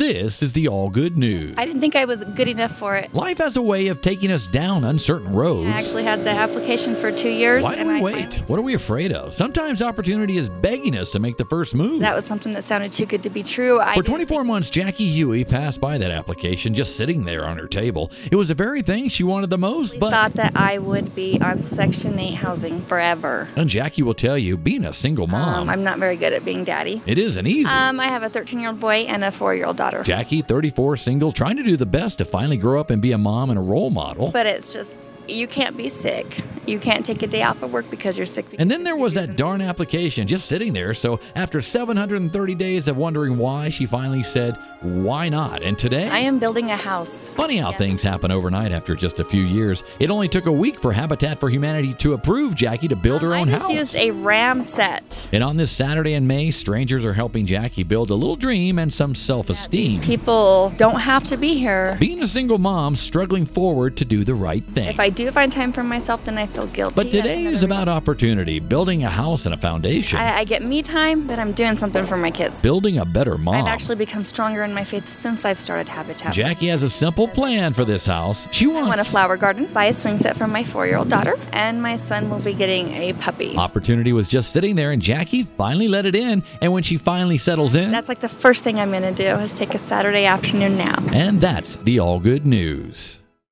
This is the all good news. I didn't think I was good enough for it. Life has a way of taking us down uncertain roads. I actually had the application for two years. Why and do we I wait? finally- What are we afraid of? Sometimes opportunity is begging us to make the first move. That was something that sounded too good to be true. I For didn't 24 months, Jackie Huey passed by that application just sitting there on her table. It was the very thing she wanted the most, but. thought that I would be on Section 8 housing forever. And Jackie will tell you, being a single mom, Um, I'm not very good at being daddy. it isn't easy. Um, I have a 13 year old boy and a four year old daughter. Jackie, 34, single, trying to do the best to finally grow up and be a mom and a role model. But it's just, you can't be sick. You can't take a day off of work because you're sick. And because then there if you was do, that then- darn application just sitting there. So after 730 days of wondering why, she finally said, why not? And today, I am building a house. Funny how things happen overnight after just a few years. It only took a week for Habitat for Humanity to approve Jackie to build her Um, I own just house. used a RAM set. and on this Saturday in May, strangers are helping Jackie build a little dream and some self esteem. People don't have to be here. Being a single mom, struggling forward to do the right thing. If I do find time for myself, then I feel guilty. but That's today another is reason. about opportunity, building a house and a foundation, I, I get me time, but I'm doing something for my kids. building a better mom. I've actually become stronger in my faith since I've started Habitat. Jackie has a simple plan for this house. She I want a wants flower garden, buy a swing set for my four year old daughter, and my son will be getting a puppy. Opportunity was just sitting there, and Jackie finally let it in. And when she finally settles in, That's like the first thing I'm going to do is take a Saturday afternoon nap. and that's the all good news.